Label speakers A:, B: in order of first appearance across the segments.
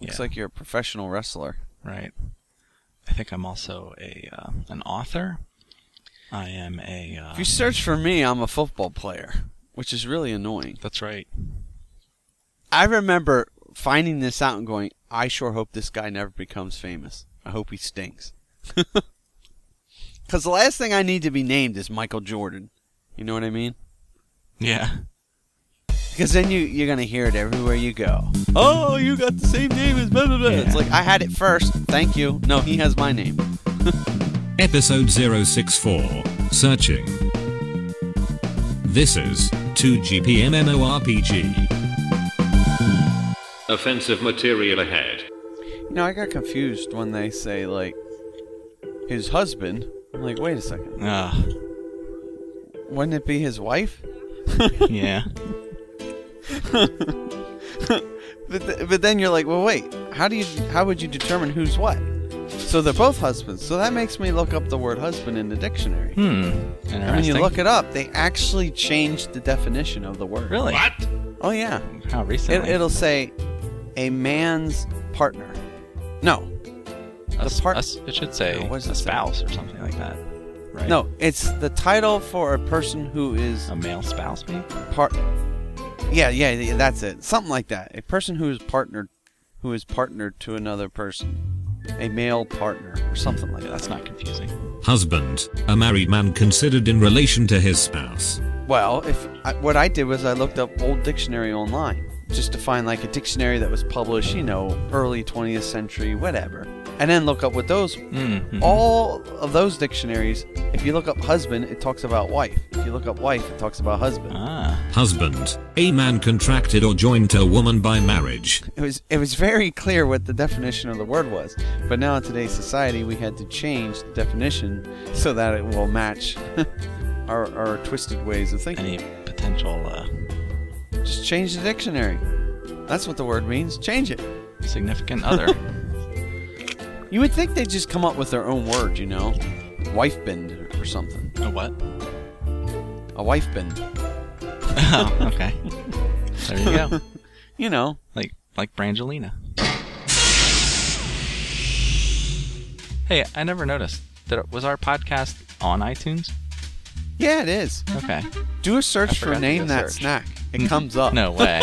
A: Looks
B: Yeah.
A: like you're a professional wrestler.
B: right? I think I'm also a uh, an author. I am a. Uh,
A: If you search for me, I'm a football player, which is really annoying.
B: that's right.
A: I remember finding this out and going, I sure hope this guy never becomes famous. I hope he stinks. Because the last thing I need to be named is Michael Jordan. You know what I mean?
B: Yeah.
A: Because then you, you're going to hear it everywhere you go. Oh, you got the same name as blah, blah, blah. It's like, I had it first. Thank you. No, he has my name.
C: Episode 064 Searching. This is 2GPMMORPG.
D: Offensive material ahead.
A: You know, I got confused when they say, like, his husband. I'm like, wait a second.
B: Uh,
A: Wouldn't it be his wife?
B: yeah.
A: But, th- but then you're like, well, wait. How do you? How would you determine who's what? So they're both husbands. So that makes me look up the word husband in the dictionary.
B: Hmm.
A: And when you
B: Interesting.
A: look it up, they actually changed the definition of the word.
B: really?
D: What?
A: Oh yeah.
B: How
A: It,
B: recently?
A: it'll say a man's partner. No,
B: A s-
A: the part-
B: a s- it should say
A: No, what does
B: a
A: it say?
B: spouse or something like that. Right.
A: no. It's the title for a person who is
B: A male spouse, maybe.
A: part. Yeah, yeah, yeah, that's it. Something like that. A person who is partnered, who is partnered to another person, a male partner or something like
B: Yeah,
A: that.
B: that's not confusing.
C: Husband, a married man considered in relation to his spouse.
A: Well, if I, what I did was I looked up old dictionary online just to find like a dictionary that was published, you know, early 20th century, whatever, and then look up with those. hmm.
B: Mm-hmm.
A: All of those dictionaries, if you look up husband, it talks about wife. If you look up wife, it talks about husband.
B: Ah.
C: Husband, a man contracted or joined to a woman by marriage.
A: It was it was very clear what the definition of the word was, but now in today's society, we had to change the definition so that it will match our, our twisted ways of thinking.
B: Any potential uh,
A: Just change the dictionary. That's what the word means. Change it.
B: significant other?
A: You would think they'd just come up with their own word, you know? Wife bend or something.
B: a what?
A: A wife bend.
B: Oh, okay. There you go.
A: You know.
B: Like like Brangelina. Hey, I never noticed. Did, was our podcast on iTunes?
A: Yeah, it is.
B: Okay.
A: Do a
B: I
A: search
B: forgot
A: for
B: to
A: Name
B: do a
A: That
B: search. Mm-hmm.
A: Snack. It comes up.
B: No um, way.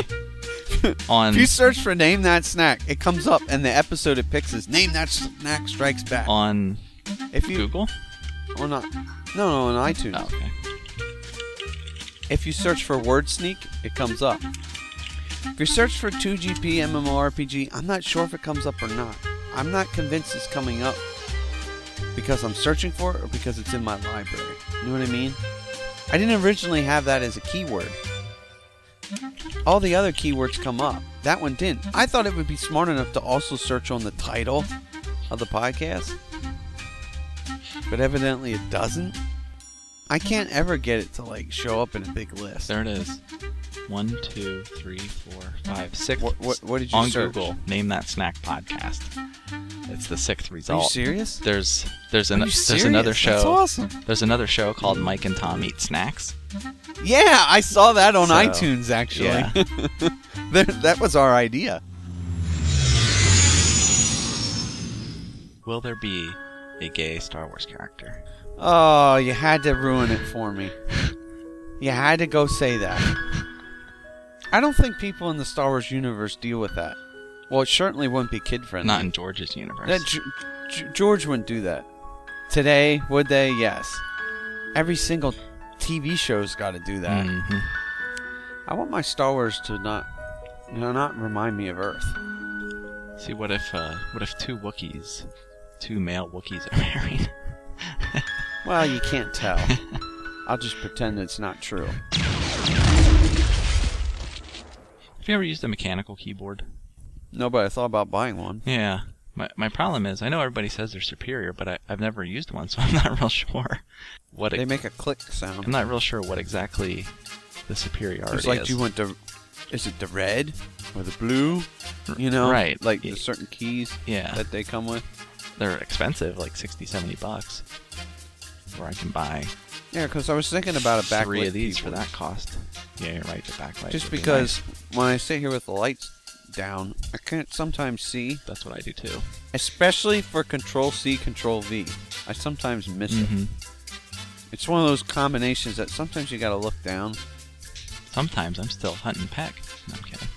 B: on
A: If you search for Name That Snack, it comes up, and the episode it picks is Name That Snack Strikes Back.
B: on
A: if you,
B: Google?
A: Or not. No, no, on iTunes.
B: Oh, okay.
A: If you search for Word Sneak, it comes up. If you search for 2GP MMORPG, I'm not sure if it comes up or not. I'm not convinced it's coming up because I'm searching for it or because it's in my library. You know what I mean? I didn't originally have that as a keyword. All the other keywords come up. That one didn't. I thought it would be smart enough to also search on the title of the podcast, but evidently it doesn't. I can't ever get it to like show up in a big list.
B: There it is. One, two, three, four, five, six.
A: What- what- what did you
B: on
A: search?
B: Google? Name that snack podcast. It's the sixth
A: Are you
B: result.
A: serious?
B: There's there's
A: Are
B: an
A: you
B: there's another
A: serious? That's
B: show.
A: awesome.
B: There's another show called Mike and Tom Eat Snacks.
A: Yeah, I saw that on
B: So,
A: iTunes actually.
B: yeah.
A: There- that was our idea.
B: Will there be a gay Star Wars character?
A: Oh, you had to ruin it for me. You had to go say that. I don't think people in the Star Wars universe deal with that. Well, it certainly wouldn't be kid friendly.
B: Not in George's universe.
A: That G- G- George wouldn't do that. Today, would they? Yes. Every single TV show's got to do that.
B: Mhm.
A: I want my Star Wars to not, you know, not remind me of Earth.
B: See what if uh, what if two Wookiees, two male Wookiees are married?
A: Well, you can't tell. I'll just pretend it's not true.
B: Have you ever used a mechanical keyboard?
A: No, but I thought about buying one.
B: Yeah. My my problem is I know everybody says they're superior, but I, I've never used one, so I'm not real sure what
A: They
B: ex-
A: make a click
B: I'm
A: sound.
B: not real sure what exactly the superiority
A: It's like,
B: is.
A: do you want the? Is it the red or the blue? You know,
B: right.
A: Like the
B: Y-
A: certain keys
B: yeah.
A: that they come with.
B: They're expensive, like 60, 70 bucks. Where I can buy
A: Yeah, because I was thinking about a backlit
B: three of these for
A: keyboard.
B: that cost. Yeah, you're right. The backlight.
A: Just
B: would be
A: because when I sit here with the lights down. I can't sometimes see,
B: That's what I do too.
A: especially for Control C, Control V. I sometimes miss it.
B: hmm Mm-hmm.
A: It's one of those combinations that sometimes you gotta look down.
B: Sometimes I'm still hunting peck. No, I'm kidding.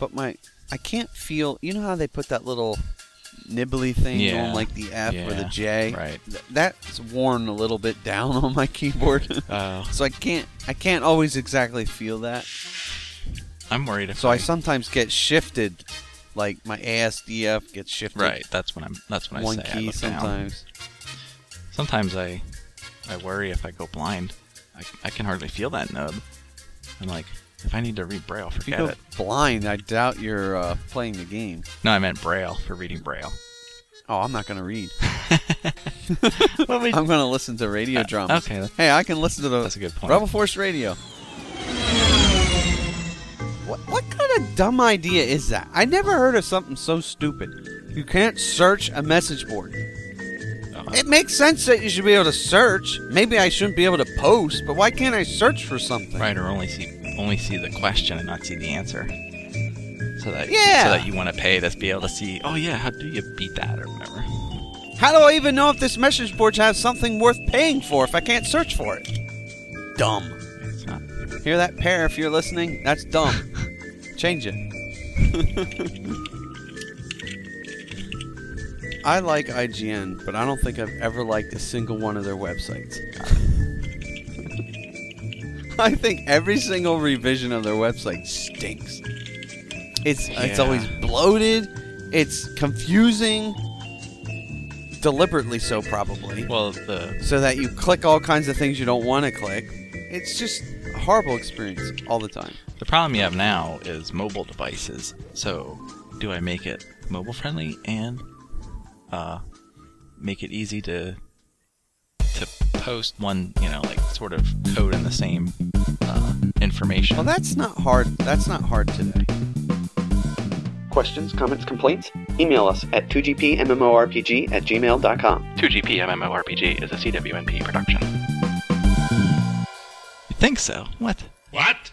A: But my, I can't feel. You know how they put that little nibbly thing
B: Yeah.
A: on like the F or the
B: Yeah,
A: J?
B: right.
A: Th- that's worn a little bit down on my keyboard.
B: Oh,
A: so I can't, I can't always exactly feel that.
B: I'm worried if
A: So I sometimes get shifted, like my ASDF gets shifted
B: right. That's when I'm. That's when
A: one
B: I say I
A: key
B: look Down.
A: sometimes.
B: Sometimes I, I worry if I go blind. I, I can hardly feel that nub. I'm like, if I need to read braille,
A: If you
B: forget
A: go
B: it.
A: blind, I doubt you're uh, playing the game.
B: No, I meant braille for reading braille.
A: Oh, I'm not gonna read.
B: What would-
A: I'm gonna listen to radio
B: Uh,
A: dramas.
B: okay, that-
A: Hey, I can listen to the
B: That's a good point.
A: Rebel Force Radio. What what kind of dumb idea is that? I never heard of something so stupid. You can't search a message board.
B: Uh-huh.
A: It makes sense that you should be able to search. Maybe I shouldn't be able to post, but why can't I search for something?
B: Right, or only see only see the question and not see the answer. So that
A: Yeah.
B: so that you want to pay to be able to see. Oh yeah, how do you beat that or whatever?
A: How do I even know if this message board has something worth paying for if I can't search for it? Dumb.
B: It's not.
A: Hear that pair if you're listening? That's dumb. Change it. I like IGN, but I don't think I've ever liked a single one of their websites. I think every single revision of their website stinks. It's it's
B: Yeah.
A: always bloated, it's confusing, deliberately so probably
B: Well, the
A: so that you click all kinds of things you don't want to click. It's just a horrible experience all the time.
B: the problem you have now is mobile devices. So do I make it mobile friendly and uh, make it easy to to post one, you know, like sort of code in the same uh, information?
A: Well, that's not hard. That's not hard today.
D: Questions, comments, complaints? Email us at 2gpmmorpg at gmail.com.
B: 2GP MMORPG is a CWNP production. You think so? What?
E: What?